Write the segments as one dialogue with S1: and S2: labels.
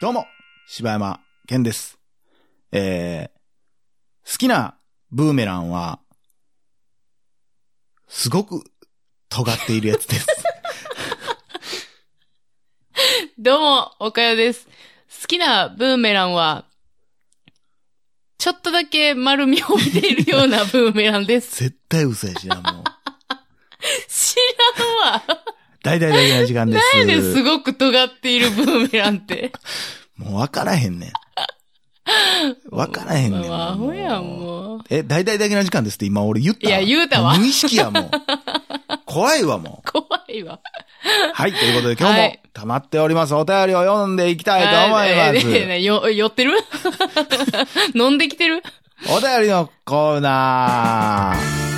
S1: どうも、柴山健です。えー、好きなブーメランは、すごく尖っているやつ です。
S2: どうも、おかよです。好きなブーメランは、ちょっとだけ丸みを帯びているようなブーメランで す。
S1: 絶対嘘やしな、もう。
S2: 知らんわ。
S1: 大々大々な時間です。
S2: 何ですごく尖っているブーメランって。
S1: もう分からへんねん。分からへんねん。
S2: もうアホや
S1: う。
S2: ん、もう。
S1: え、大々だけな時間ですって今俺言った
S2: いや言うたわ
S1: も無意識や、 もう。怖いわ、も
S2: 怖いわ。
S1: う。はい、ということで今日
S2: は
S1: も
S2: い
S1: 溜まっております。お便りを読んでいきたいと思います。
S2: あえーねよ、酔ってる 飲んできてる
S1: お便りのコーナー。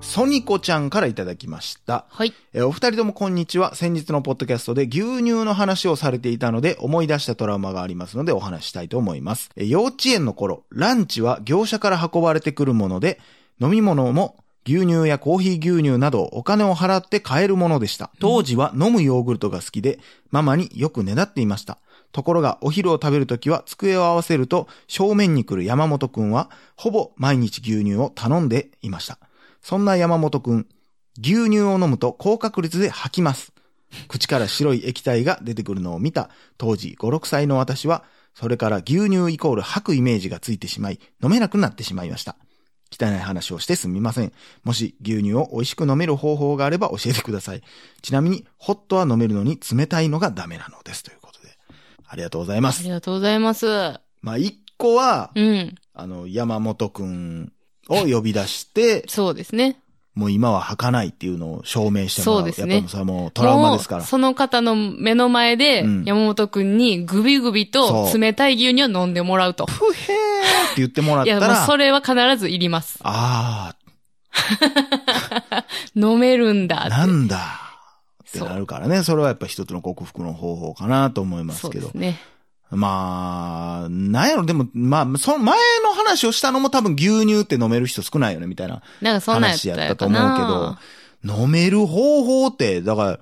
S1: ソニコちゃんからいただきました。
S2: はい。
S1: えーお二人ともこんにちは。先日のポッドキャストで牛乳の話をされていたので思い出したトラウマがありますのでお話ししたいと思います。えー幼稚園の頃、ランチは業者から運ばれてくるもので、飲み物も牛乳やコーヒー牛乳などお金を払って買えるものでした。当時は飲むヨーグルトが好きで、ママによくねだっていました。ところがお昼を食べるときは机を合わせると正面に来る山本くんはほぼ毎日牛乳を頼んでいました。そんな山本くん、牛乳を飲むと高確率で吐きます。口から白い液体が出てくるのを見た当時5、6歳の私は、それから牛乳イコール吐くイメージがついてしまい、飲めなくなってしまいました。汚い話をしてすみません。もし牛乳を美味しく飲める方法があれば教えてください。ちなみに、ホットは飲めるのに冷たいのがダメなのです。ということで。ありがとうございま
S2: あ
S1: す
S2: り。がとうございます。
S1: まあ、一個は、
S2: うん。
S1: あの、山本くんを呼び出して、
S2: そうですね。
S1: もう今は吐かないっていうのを証明してもらう。
S2: そうですね
S1: やっぱりそれはもうトラウマですか
S2: も
S1: ら
S2: う。その方の目の前で、
S1: うん
S2: 山本くんにグビグビと
S1: そう
S2: 冷たい牛乳を飲んでもらうと。
S1: ふへーって言ってもらっ
S2: いや、
S1: た
S2: もう
S1: ら、
S2: それは必ずいります。
S1: あ
S2: 飲めるんだ
S1: あ、
S2: って。
S1: なんだって
S2: そ
S1: な
S2: う。
S1: るからね。それはやっぱ一つの克服の方法かなと思いま
S2: そ
S1: す
S2: う
S1: け
S2: で
S1: ど
S2: す。ね。
S1: まあ、なんやろ、でも、まあ、その前の話をしたのも多分牛乳って飲める人少ないよね、みたいな
S2: なんかそんなんやっ
S1: 話
S2: たや
S1: や
S2: か
S1: っ
S2: な
S1: たと思うけど、飲める方法って、だから、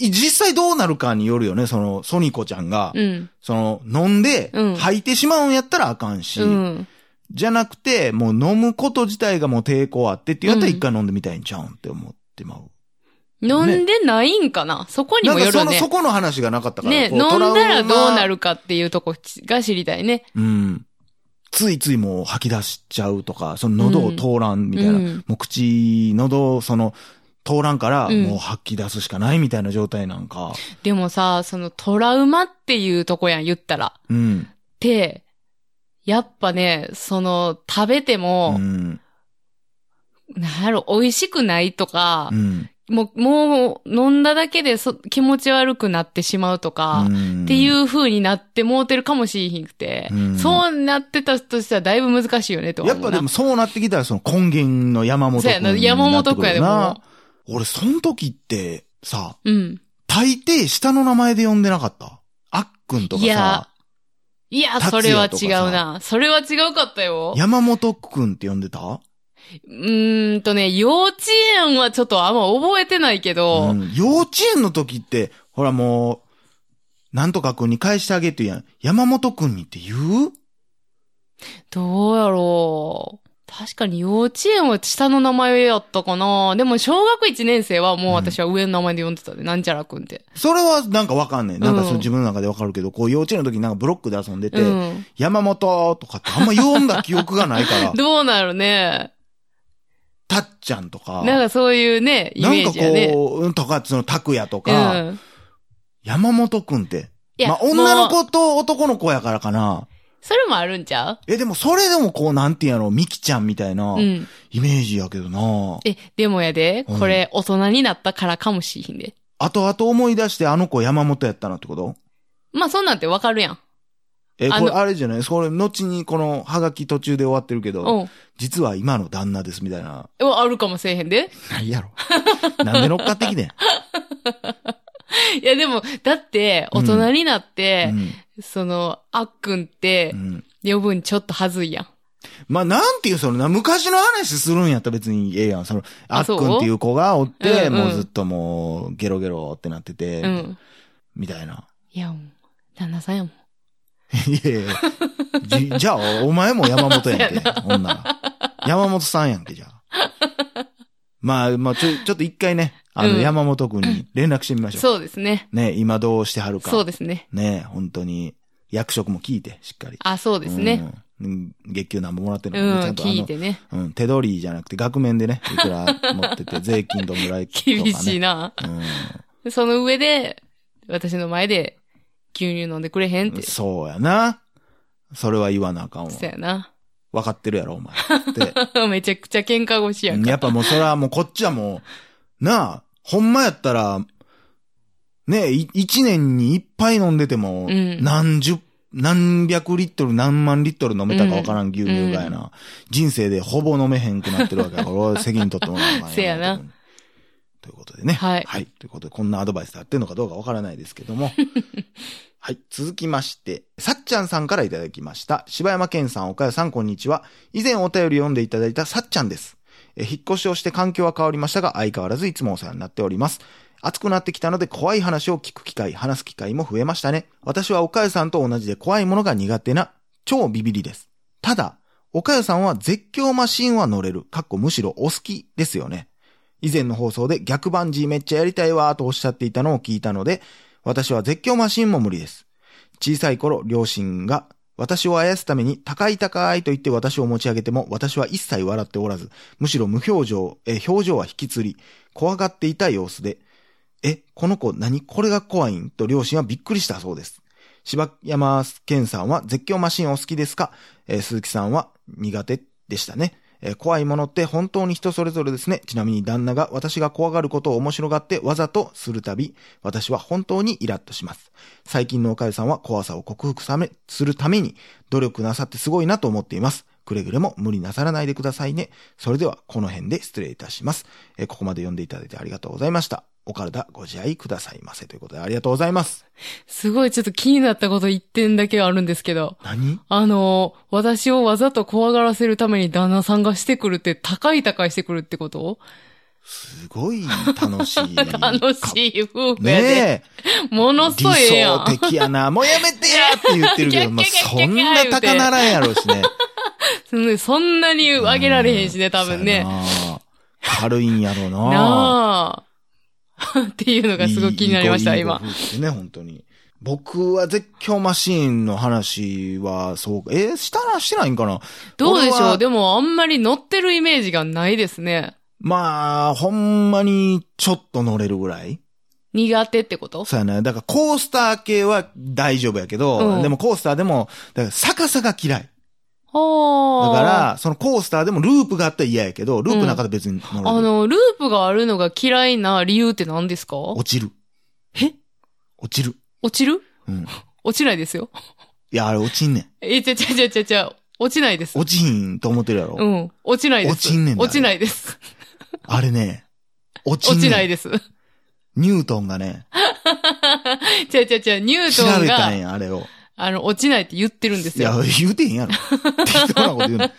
S1: い実際どうなるかによるよね、その、ソニコちゃんが、
S2: うん。
S1: その、飲んで
S2: うん、
S1: 吐いてしまうんやったらあかんし、
S2: うん。
S1: じゃなくて、もう飲むこと自体がもう抵抗あってっていうやったら
S2: うん
S1: 一回飲んでみたいんちゃうんって思ってまう。
S2: 飲んでないんかなそこに
S1: な
S2: も
S1: んか
S2: よる
S1: そ
S2: よ
S1: の、
S2: ね
S1: そ。この話がなかったから。
S2: ね、
S1: こ
S2: 飲
S1: うん
S2: だらどうな
S1: る
S2: るかっていうとこちが知りたいね。
S1: うん。ついついもう吐き出しちゃうとか、その喉を通らんみたいな。
S2: うん
S1: もう口、喉、その、通らんから、
S2: うん
S1: もう吐き出すしかないみたいな状態なんか。
S2: でもさ、そのトラウマっていうとこやん、言ったら。
S1: うん。
S2: で、やっぱね、その、食べて
S1: う
S2: も、
S1: ん。
S2: なんやろ、美味しくないとか
S1: う、ん。
S2: もう、もう、飲んだだけでそ気持ち悪くなってしまうとか、
S1: うん
S2: っていう風になってもうてるかもしれひんくて、
S1: うん
S2: そうなってたとしたらだいぶ難しいよね、とは
S1: やっ
S2: 思
S1: ぱ
S2: うな
S1: でもそうなってきたらその根源の山本
S2: そう
S1: 君
S2: やな山本君やで
S1: になっ
S2: も
S1: てくるな。俺、その時って、さ、
S2: う。うん。
S1: 大抵下の名前で呼んでなかった。あっくんとか
S2: いや
S1: さ、
S2: いや、そ
S1: 達
S2: れは
S1: 也とかさ
S2: 違うな。それは違うかったよ。
S1: 山本くんって呼んでた、
S2: うーんとね、幼稚園はちょっとあんま覚えてないけど、
S1: うん幼稚園の時って、ほらもう、なんとかくんに返してあげって言うやん。山本くんにって言う
S2: どうやろう。確かに幼稚園は下の名前やったかな。でも小学1年生はもう私は上の名前で呼んでたで、なんちゃらくんって。
S1: それはなんかわかんねえ。なんかそうの
S2: ん
S1: 自分の中でわかるけど、こう幼稚園の時なんかブロックで遊んでて、
S2: うん。
S1: 山本とかってあんま呼んだ記憶がないから、
S2: どうなるね。
S1: たっちゃんとか、
S2: なんかそういうね、イ
S1: なん
S2: メー
S1: か
S2: ジやね。
S1: こう、うんとか、そのたくやと
S2: う
S1: か、
S2: ん。
S1: 山本くんって。
S2: いや、
S1: まあ女の
S2: もう
S1: 子と男の子やからかな。
S2: それもあるんちゃ
S1: え、でもそれでもこう、なんていうんやろ、ミキちゃんみたいな
S2: うう、ん。
S1: イメージやけどな。
S2: え、でもやで、
S1: うん
S2: これ大人になったからかもしれひんで。
S1: あとあと思い出してあの子山本やったなってこと
S2: まあそんなんてわかるやん。
S1: え、
S2: あ
S1: こ
S2: の
S1: れあれじゃないこれ、後にこのハガキ途中で終わってるけど、
S2: うん。
S1: 実は今の旦那ですみたいな。
S2: うわあるかもせえへんで。
S1: ないやろ。 なんで乗っかって きてん。
S2: いやでも、だって、
S1: うん
S2: 大人になって
S1: う、ん
S2: その、あっくんって
S1: う、ん
S2: 呼ぶんちょっとはずいやん。
S1: まあ、なんていう、そのな、昔の話するんやったら別にええやん。その、あ
S2: あ
S1: っく
S2: そうん
S1: っていう子がおって、
S2: うんうん
S1: もうずっともう、ゲロゲロってなってて、
S2: うん。
S1: みたいな。
S2: いや、もう、旦那さんやもん。
S1: いやいやじじゃあ、お前も山本やん け、女。山本さんやんけ、じゃあ。まあ、まあ、ちょ、ちょっと一回ね、あの、
S2: うん
S1: 山本くんに連絡してみましょう。
S2: そうですね。
S1: ね、今どうしてはるか。
S2: そうですね。
S1: ね、本当に、役職も聞いて、しっかり。
S2: あ、そうですね。
S1: うん。うん月給なんぼもらって
S2: う
S1: るの
S2: ん
S1: か、ちゃんとあ
S2: 聞い
S1: の、
S2: てね。
S1: うん、手取りじゃなくて、額面でね、いくら持って て、税金どんぐらいとか、ね。
S2: 厳しいな。その上で、私の前で、牛乳飲んでくれへんっ
S1: うん。
S2: て。
S1: そうやな。それは言わなあかんわ。
S2: そうやな。
S1: 分かってるやろ、お 前。って。
S2: めちゃくちゃ喧嘩腰やんか。
S1: やっぱもうそれはもうこっちはもう、なあ、ほんまやったら、ねい一年にいっぱい飲んでても、
S2: うん
S1: 何十、何百リットル、何万リットル飲めたかわからん牛乳がやな、人生でほぼ飲めへんくなってるわけやから、俺は責任取ってもらわ なあかん
S2: せやな。
S1: ということでね。
S2: はい
S1: ということで、こんなアドバイスで合ってるのかどうかわからないですけど も。はい。続きまして、さっちゃんさんからいただきました。柴山健さん、岡谷さん、こんにちは。以前お便り読んでいただいたさっちゃんです。えー引っ越しをして環境は変わりましたが、相変わらずいつもお世話になっております。暑くなってきたので怖い話を聞く機会、話す機会も増えましたね。私は岡谷さんと同じで怖いものが苦手な超ビビリです。ただ、岡谷さんは絶叫マシンは乗れる。かっこむしろお好きですよね。以前の放送で逆バンジーめっちゃやりたいわーとおっしゃっていたのを聞いたので、私は絶叫マシンも無理です。小さい頃、両親が私をあやすために高い高いと言って私を持ち上げても私は一切笑っておらず、むしろ無表情、え、表情は引きつり、怖がっていた様子で、え、この子何これが怖いんと両親はびっくりしたそうです。柴山健さんは絶叫マシンお好きですかえー鈴木さんは苦手でしたね。えー怖いものって本当に人それぞれですね。ちなみに旦那が私が怖がることを面白がってわざとするたび、私は本当にイラッとします。最近のおかゆさんは怖さを克服さめするために努力なさってすごいなと思っています。くれぐれも無理なさらないでくださいね。それではこの辺で失礼いたします。えーここまで読んでいただいてありがとうございました。お体ご自愛くださいませ。ということでありがとうございます。
S2: すごいちょっと気になったこと一点だけはあるんですけど。
S1: 何
S2: あの、私をわざと怖がらせるために旦那さんがしてくるって、高い高いしてくるってこと
S1: すごい楽しい。
S2: 楽しい夫婦やで。
S1: ねえ。
S2: ものす
S1: 理
S2: ごいええやん。
S1: 想的やな。もうやめてやって言ってるけど、まあ、
S2: キャッキ
S1: そ
S2: ャッキャッ
S1: ん
S2: キャッ
S1: な高ならんやろうしね。
S2: うん そんなに上げられへんしね、多分
S1: う
S2: ね。
S1: ん。そうやな軽いんやろうな。
S2: なあ。 っていうのがすごい気になりました、
S1: いい
S2: 今。
S1: いいご夫婦ですね、本当に。僕は絶叫マシーンの話は、そうか。えーしたらしてないんかな
S2: どうでし
S1: 俺
S2: ょ
S1: は
S2: うでもあんまり乗ってるイメージがないですね。
S1: まあ、ほんまにちょっと乗れるぐらい
S2: 苦手ってこと
S1: そうやな。だからコースター系は大丈夫やけど、
S2: うん
S1: でもコースターでも、だから逆さが嫌い。だ
S2: はあ。
S1: から、そのコースターでもループがあったら嫌やけど、ループなかったら別に乗れる。
S2: あの、ループがあるのが嫌いな理由って何ですか落
S1: 落ちる。
S2: え
S1: 落ちる。
S2: ちる
S1: うん。
S2: 落ちないですよ。
S1: いや、あれ落ちんねん。
S2: え、ちゃちゃちゃちゃちゃ、落ちないです。
S1: 落ちひんと思ってるやろ。
S2: うん。落ちないです。
S1: 落ちんねんだ
S2: 落ちないです。
S1: あれね、落ちんね
S2: 落
S1: ん
S2: ちないです。
S1: ニュートンがね、
S2: ちゃちゃちゃ、ニュー
S1: 調
S2: トン
S1: べた
S2: が
S1: ん、や、あれを。
S2: あの、落ちないって言ってるんです
S1: いや
S2: よ。、
S1: 言うてへん やろ。適当なこと言うの。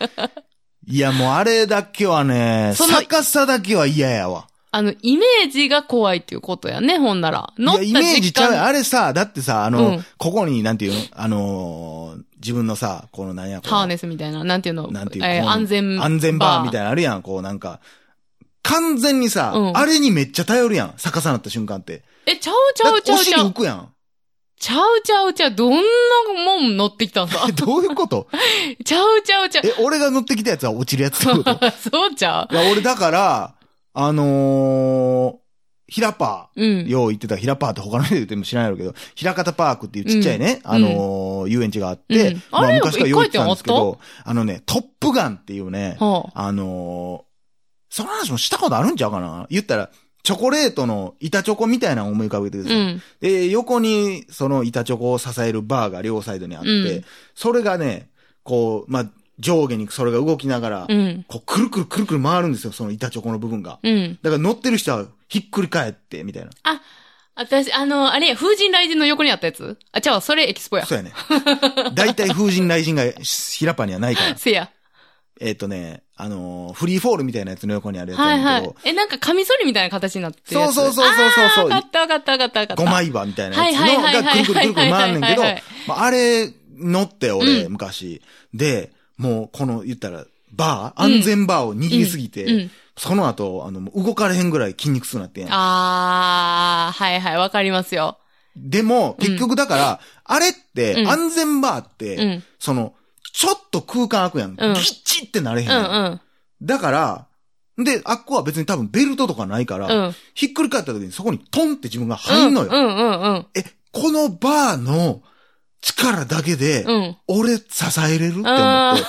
S1: いや、もうあれだけはね、
S2: その
S1: 逆さだけは嫌やわ。
S2: あの、イメージが怖いっていうことやね、ほんなら。乗っ
S1: いや、イメー
S2: た
S1: ジ
S2: 時
S1: ちゃうやん。
S2: 間。
S1: あれさ、だってさ、あの、
S2: うん
S1: ここに、なんていうのあのー自分のさ、このなんや、こう
S2: ハーネスみたいな、なんていうの
S1: なんていう
S2: えー
S1: こう
S2: 安全
S1: 安全バーみたい
S2: い
S1: なのあるやん、こうなんか。完全にさ、
S2: うん
S1: あれにめっちゃ頼るやん、逆さなった瞬間って。
S2: な。え、ちゃうちゃうち
S1: だってお
S2: ゃうち
S1: 尻
S2: ゃ
S1: 浮
S2: う。
S1: くやん。
S2: ちゃうちゃうちゃう、どんなもん乗ってきた んだ
S1: え、。どういうこと
S2: ちゃうちゃうちゃう。
S1: え、俺が乗ってきたやつは落ちるやつってこ と
S2: そうちゃ
S1: いや、俺だから、あのー、ひらパ
S2: う。う
S1: ー。
S2: ん。
S1: よう言ってたひらパーって他の人言っても知らないやろうけど、ひらかたパークっていうちっちゃいね、
S2: ん
S1: あのー遊園地があって、
S2: うん
S1: ま
S2: あ
S1: あ
S2: れ
S1: 昔からよう言ってたんですけ
S2: 一回
S1: ど、あのね、トップガンっていうね、
S2: は
S1: あのーその話もしたことあるんちゃうかな言ったら、チョコレートの板チョコみたいなのを思い浮かべてく
S2: あ。
S1: だ
S2: う
S1: さい。
S2: ん。
S1: で、横にその板チョコを支えるバーが両サイドにあって、
S2: うん
S1: それがね、こう、まあ、上下にそれが動きながら、
S2: うん。
S1: こう、くるくるくるくる回るんですよ、その板チョコの部分が。
S2: うん。
S1: だから乗ってる人はひっくり返って、みたいな。
S2: 私、あの、あれや、風神雷神の横にあったやつあ、ちゃうわ、それエキスポや。
S1: そうやね。大体風神雷神がひらっぱにはないから。
S2: せや。
S1: えっ、とね、あのーフリーフォールみたいなやつの横にあるやつ
S2: は
S1: や
S2: い
S1: ねん
S2: は
S1: け
S2: い
S1: ど、。
S2: え、なんかカミソリみたいな形になってるやつ。
S1: そうそうそうそうそうそう
S2: あーわかったわかったわかったわかった。
S1: 5枚刃みたいな
S2: はい
S1: や
S2: はいはい
S1: つのが
S2: は
S1: く
S2: い
S1: るくるくるくる回んねんけど
S2: はいはいはいはい、
S1: まああれ乗って俺、
S2: う
S1: 昔。で、もうこの言ったら、バー安全バーを握りすぎて、
S2: うんうん
S1: その後、あの、もう動かれへんぐらい筋肉痛になってんやん
S2: あー、はいはい、わかりますよ。
S1: でも、結局だから、あれって、
S2: うん
S1: 安全バーって、
S2: うん
S1: その、ちょっと空間空くやん。
S2: うん
S1: ギッチってなれへん
S2: う
S1: やん。
S2: ん
S1: だから、で、あっこは別に多分ベルトとかないから、
S2: うん。うん。
S1: ひっくり返った時にそこにトンって自分が入んのよ。
S2: うんうんうん
S1: え、このバーの力だけで、
S2: うん。うん。
S1: 俺支えれるって思
S2: あ
S1: って。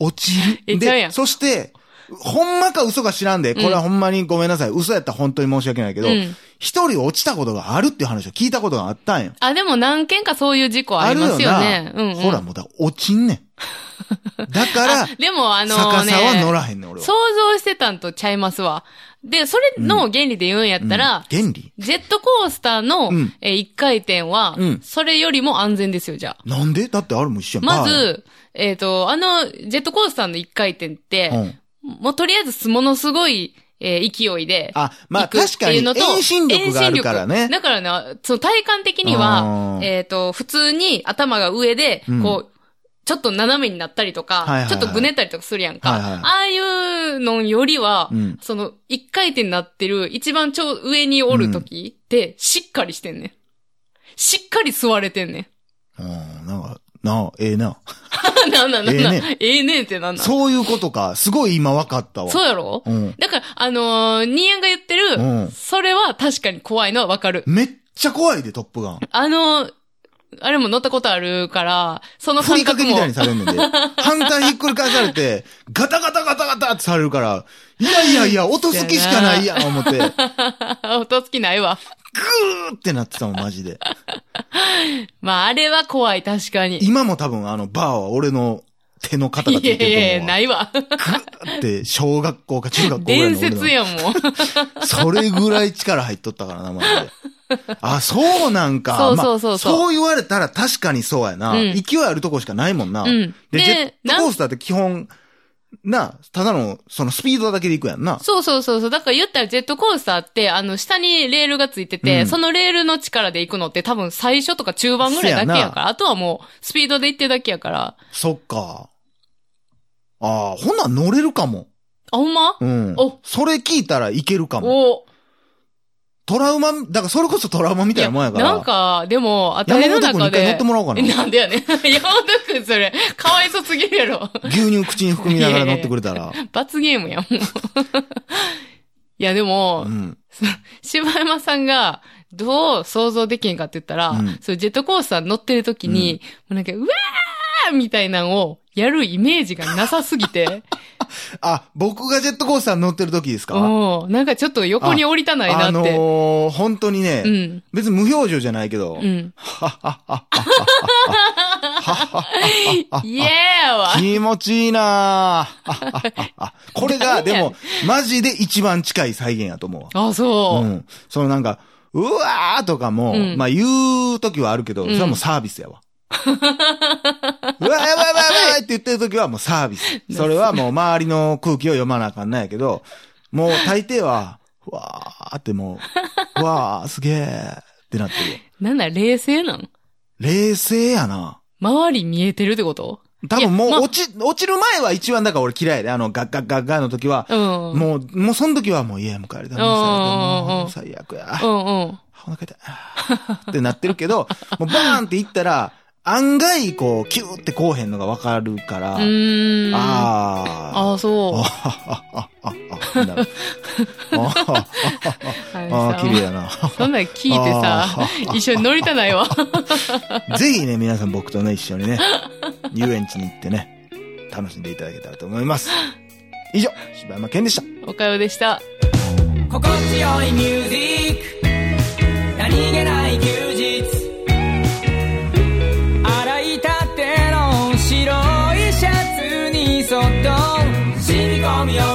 S1: 落ち
S2: い
S1: る。
S2: っちゃうや
S1: で、
S2: ん
S1: そして、ほんまか嘘か知らんで、これはほんまにごめんなさい。嘘やったら本当に申し訳ないけど、
S2: うん
S1: 一人落ちたことがあるっていう話を聞いたことがあったんよ。
S2: あ、でも何件かそういう事故ありますよね。うん、うん。
S1: ほら、もうだ、落ちんねん。だから
S2: あ、でもあの
S1: 逆さは乗
S2: ね、
S1: らへんねん、俺は。
S2: 想像してたんとちゃいますわ。で、それの原理で言うんやったら、
S1: うん原理
S2: ジェットコースターの、
S1: うん
S2: えー一回転は、
S1: うん
S2: それよりも安全ですよ、じゃあ。
S1: なんでだってあれも一緒やん。
S2: ま
S1: バーやん、
S2: ず、えっ、と、あの、ジェットコースターの一回転って、
S1: うん。
S2: もうとりあえず、ものすごい、えー勢いで、
S1: あ、まあ
S2: 行くっ
S1: 確か
S2: て
S1: に
S2: いうのと
S1: 遠心力があるから
S2: 遠心
S1: ね
S2: 力。だからね、その体感的に
S1: う
S2: は
S1: ん、
S2: えっ、と、普通に頭が上で、
S1: うん
S2: こう、ちょっと斜めになったりと
S1: は
S2: か、
S1: いはいはい
S2: ちょっとぐねったりとかするやんか。
S1: はいはい
S2: ああいうのよりは、
S1: うん
S2: その、一回転になってる、一番ちょ上におる時って、しっかりしてんねん。しっかり座れてんね
S1: うん、なんか、なあ、ええ な。
S2: ん。なんなんなんなん。ええねえねんってなんなんそ
S1: そういうことか。すごい今分かったわ。
S2: うやろ、
S1: うん。
S2: だから、あのー、ニーヤンが言ってる、
S1: うん
S2: それは確かに怖いのはわかる。
S1: めっちゃ怖いで、トップガン。
S2: あの、あれも乗ったことあるから、その
S1: ふ
S2: 感
S1: りか
S2: 覚
S1: けみ
S2: も
S1: たいにされるので。反対ひっくり返されて、ガタガタガタガタってされるから、いやいやいや、音好きしかないやん、思って。
S2: 音好きないわ。
S1: うーってなってたもん、マジで。
S2: まあ、あれは怖い、確かに。い
S1: 今も多分、あの、バーは俺の手の肩
S2: や
S1: がつい
S2: い
S1: てると思うわ
S2: やいや、ないわ。
S1: って、小学校か中学校ぐらい
S2: 伝
S1: の俺の
S2: 説やん、もう。
S1: それぐらい力入っとったからな、マジ で。あ、そうなんか。
S2: そう
S1: まあ
S2: そうそうそう
S1: そう言われたら確かにそうやな。
S2: うん
S1: 勢 いあるとこしかないもんな。
S2: うん
S1: で、
S2: で
S1: ジェットコースターって基本、な、ただの、そのスピードだけで行くやんな。
S2: そうそうそうそう。だから言ったらジェットコースターって、あの、下にレールがついてて、
S1: うん
S2: そのレールの力で行くのって多分最初とか中盤ぐらいだけや
S1: せ
S2: か
S1: や
S2: ら、あとはもう、スピードで行ってるだけやから。
S1: そっか。ああ、ほんなん乗れるかも。
S2: あ、ほんま
S1: うん
S2: お。
S1: それ聞いたらいけるかも。
S2: お
S1: トラウマ、だからそれこそトラウマみたいなもんやから。
S2: なんか、でも、あた
S1: 山
S2: りの
S1: 本君に
S2: 中
S1: 一回乗
S2: で。
S1: ってもらおうか な。
S2: なんでやねん。山本くんそれ、かわいそうすぎるやろ。
S1: 牛乳口に含みながら乗ってくれたら。
S2: 罰ゲームやん、もう。 いや、でも
S1: う、ん。
S2: 柴山さんが、どう想像できんかって言ったら、
S1: うん
S2: そうジェットコースター乗ってる時に、もうなんか、うわーみたいなのをやるイメージがなさす ぎて、
S1: あ、僕がジェットコースター乗ってる時ですか
S2: もう、なんかちょっと横に降りたない
S1: あ
S2: なって。
S1: のー、本当にね、
S2: うん。
S1: 別に無表情じゃないけど、
S2: うん。
S1: はっはっはっ
S2: イエーわ
S1: は気持ちいいなぁはっはっはっは。これが、
S2: 何や
S1: で
S2: ねん
S1: も、マジで一番近い再現やと思うわ。
S2: あ、そうう。
S1: ん。そのなんか、うわーとかも、
S2: うん
S1: まあ言う時はあるけど、それはもうサービスやわ。うわーやばいやばいやばいって言ってる時はもうサービス。それはもう周りの空気を読まなあかんないけど、もう大抵は、うわーってもう、うわーすげーってなってるよ。
S2: なんだ、冷静なん
S1: 冷静やな。
S2: 周り見えてるってこと
S1: 多分も
S2: いやまあ
S1: う落ち、落ちる前は一番だから俺嫌いで、あの、ガッガッガッガッの時は、
S2: うん。
S1: もう、もうその時はもう家へ迎える。もう最悪や。
S2: うんうん。
S1: お腹痛い。あーってなってるけ ど、もうバーンっていったら、案外こう、キューってこうへんのがわかるから、
S2: うーん。
S1: あー。
S2: ああ、そう。
S1: ああ、ああ、あ なるああ、あ
S2: あれ
S1: あ、あ
S2: さ
S1: あ、綺麗やな。
S2: そんなん聞いてさ
S1: あ、
S2: 一緒に乗りたないわ。
S1: ぜひね、皆さん僕とね、一緒にね、遊園地に行ってね、楽しんでいただけたらと思います。以上、柴山健でした。
S2: おかよでした。
S3: 心地よいミュージック何気ない休日洗いたての白いシャツにそっと染み込むよ